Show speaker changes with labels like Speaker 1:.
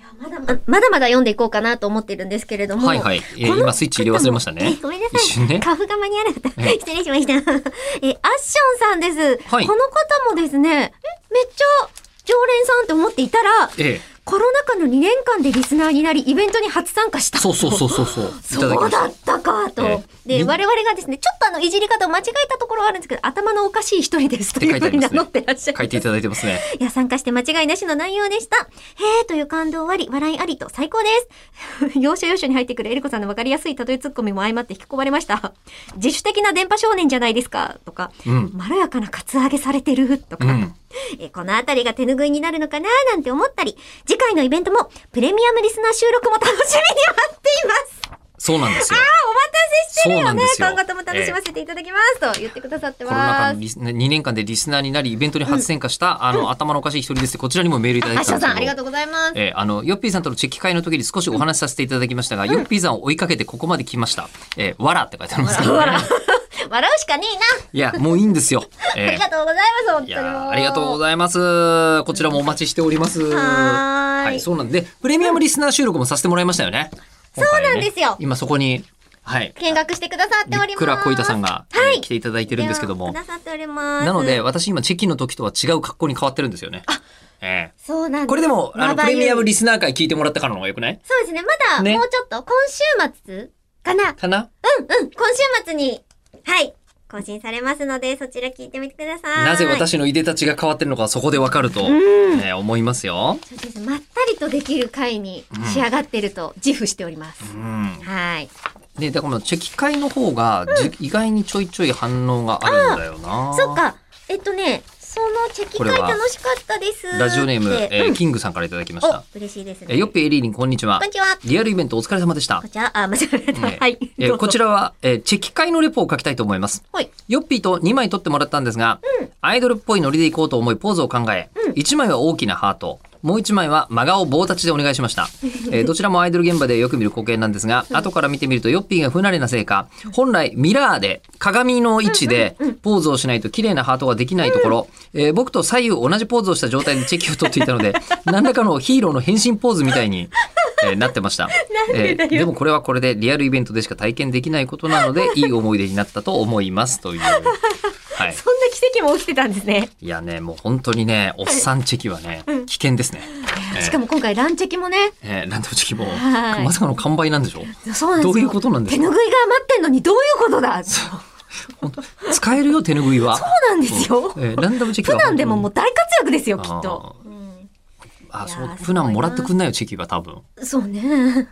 Speaker 1: あまだまだ読んでいこうかなと思ってるんですけれども。
Speaker 2: はいはい。え
Speaker 1: この
Speaker 2: 今スイッチ入れ忘れました
Speaker 1: え
Speaker 2: ね。
Speaker 1: ごめんなさい。
Speaker 2: 一瞬ね。
Speaker 1: 花粉が間に合わなかった。
Speaker 2: ええ
Speaker 1: 失礼しました。え、アッションさんです。
Speaker 2: はい
Speaker 1: この方もですね、えめっちゃ常連さんと思っていたら、
Speaker 2: ええ。
Speaker 1: コロナ禍の2年間でリスナーになり、イベントに初参加した。
Speaker 2: そうそうそうそうそう。いただ
Speaker 1: そう
Speaker 2: きまし
Speaker 1: だ
Speaker 2: た
Speaker 1: っ。たかと。
Speaker 2: ええ
Speaker 1: で、
Speaker 2: み
Speaker 1: 我々がですね、ちょっとあの、いじり方を間違えたところはあるんですけど、頭のおかしい一人ですというふうに名乗ってらっしゃる。
Speaker 2: 書いていただいてますね。
Speaker 1: いや、参加して間違いなしの内容でした。へーという感動あり、笑いありと最高です。 要所要所に入ってくるエリコさんの分かりやすい例えツッコミも相まって引き込まれました。自主的な電波少年じゃないですか、とか、
Speaker 2: うん。
Speaker 1: まろやかなカツアゲされてる、と
Speaker 2: う
Speaker 1: か、
Speaker 2: ん。
Speaker 1: えーこのあたりが手拭いになるのかななんて思ったり、次回のイベントもプレミアムリスナー収録も楽しみに待っています。
Speaker 2: そうなんですよ。
Speaker 1: あお待たせしてる
Speaker 2: そうな
Speaker 1: よ
Speaker 2: ん
Speaker 1: ね
Speaker 2: ですよ
Speaker 1: 今後とも楽しませていただきます、と言ってくださって
Speaker 2: コロナ禍
Speaker 1: ま
Speaker 2: の
Speaker 1: す。
Speaker 2: リス2年間でリスナーになり、イベントに初参加した、あの、頭のおかしい一人ですってこちらにもメールいただい
Speaker 1: あ、
Speaker 2: てた
Speaker 1: 翔
Speaker 2: んです
Speaker 1: さ
Speaker 2: け
Speaker 1: ん
Speaker 2: ど。
Speaker 1: ありがとうございます。
Speaker 2: えーあの、ヨッピーさんとのチェキ会の時に少しお話しさせていただきましたが、ヨッピーさんを追いかけてここまで来ました。えーわらって書いてありますけど、ね、
Speaker 1: 笑うしかねえな。
Speaker 2: いや、もういいんですよ。えー
Speaker 1: ありがとうございます、本当
Speaker 2: い
Speaker 1: に。
Speaker 2: やーありがとうございます。こちらもお待ちしております。
Speaker 1: はーい
Speaker 2: そうなんで、プレミアムリスナー収録もさせてもらいましたよね。そう
Speaker 1: そうなんですよ
Speaker 2: 今そこに、はい。
Speaker 1: 見学してくださっておりま
Speaker 2: びっ
Speaker 1: す。
Speaker 2: くらこいたさんが、えー
Speaker 1: はい
Speaker 2: 来ていただいてるんですけども
Speaker 1: く。ださっております。
Speaker 2: なので、、私今チェキの時とは違う格好に変わってるんですよね。ええ
Speaker 1: そうなんです。
Speaker 2: これでも、あの、
Speaker 1: まば
Speaker 2: プ
Speaker 1: ゆ
Speaker 2: レ
Speaker 1: い
Speaker 2: ミアムリスナー会聞いてもらったからの方がよくない
Speaker 1: そうですね、まだ
Speaker 2: ね
Speaker 1: もうちょっと、今週末かな。
Speaker 2: かな
Speaker 1: うん、今週末に、はい、更新されますので、そちら聞いてみてください。
Speaker 2: なぜ私のいでたちが変わってるのかはそこでわかると、
Speaker 1: うん。
Speaker 2: えー思いますよ。
Speaker 1: そうです。まったりとできる回に仕上がってると自負しております。
Speaker 2: うん。
Speaker 1: はい。
Speaker 2: で、だからチェキ会の方が、じ意外にちょいちょい反応があるんだよな。
Speaker 1: そっ。か。えっとね、そのチェキ
Speaker 2: こ
Speaker 1: 会
Speaker 2: れは
Speaker 1: 楽しかったですって。
Speaker 2: ラジオネーム、えー
Speaker 1: うん
Speaker 2: キングさんからいただきました
Speaker 1: お。、嬉しいですね。
Speaker 2: えーよっぴーエリーリン、こんにちは
Speaker 1: こん。にちは。
Speaker 2: リアルイベントお疲れ様でした
Speaker 1: こ。ちら、あ、間違えた。
Speaker 2: えー
Speaker 1: はい。
Speaker 2: えー
Speaker 1: どうぞ
Speaker 2: こちらは、えーチェキ会のレポを書きたいと思います。
Speaker 1: はい。
Speaker 2: ヨッピーと2枚撮ってもらったんですが、アイドルっぽいノリでいこうと思いポーズを考え、
Speaker 1: うん
Speaker 2: 1枚は大きなハート、もう1枚は真顔棒立ちでお願いしま した。えーどちらもアイドル現場でよく見る光景なんですが、後から見てみるとヨッピーが不慣れなせいか、本来ミラーで鏡の位置でポーズをしないと綺麗なハートができないところ、えー僕と左右同じポーズをした状態でチェキを取っていたの で、何らかのヒーローの変身ポーズみたいに、えーなってました。えーでもこれはこれでリアルイベントでしか体験できないことなの で、いい思い出になったと思いますという。はい。
Speaker 1: そんな奇跡も起きてたんですね。
Speaker 2: いやね、もう本当にね、おっさんチェキはね、危険ですね。えー
Speaker 1: しかも今回ランチェキもね、
Speaker 2: えーランダムチェキも、
Speaker 1: はい
Speaker 2: まさかの完売なんでしょ
Speaker 1: そうなんですよ
Speaker 2: どういうことなんですか
Speaker 1: 手拭いが余ってんのにどういうことだそう
Speaker 2: 使えるよ、手拭いは。そ
Speaker 1: なんですよ。
Speaker 2: えーランダムチェ キ
Speaker 1: 普
Speaker 2: は。
Speaker 1: 段でもも
Speaker 2: も
Speaker 1: う大活躍ですよ、きっと。うん
Speaker 2: あ、そ
Speaker 1: い
Speaker 2: う
Speaker 1: やー、
Speaker 2: 普段もらってくんないよ、チェキは多分。
Speaker 1: そうね。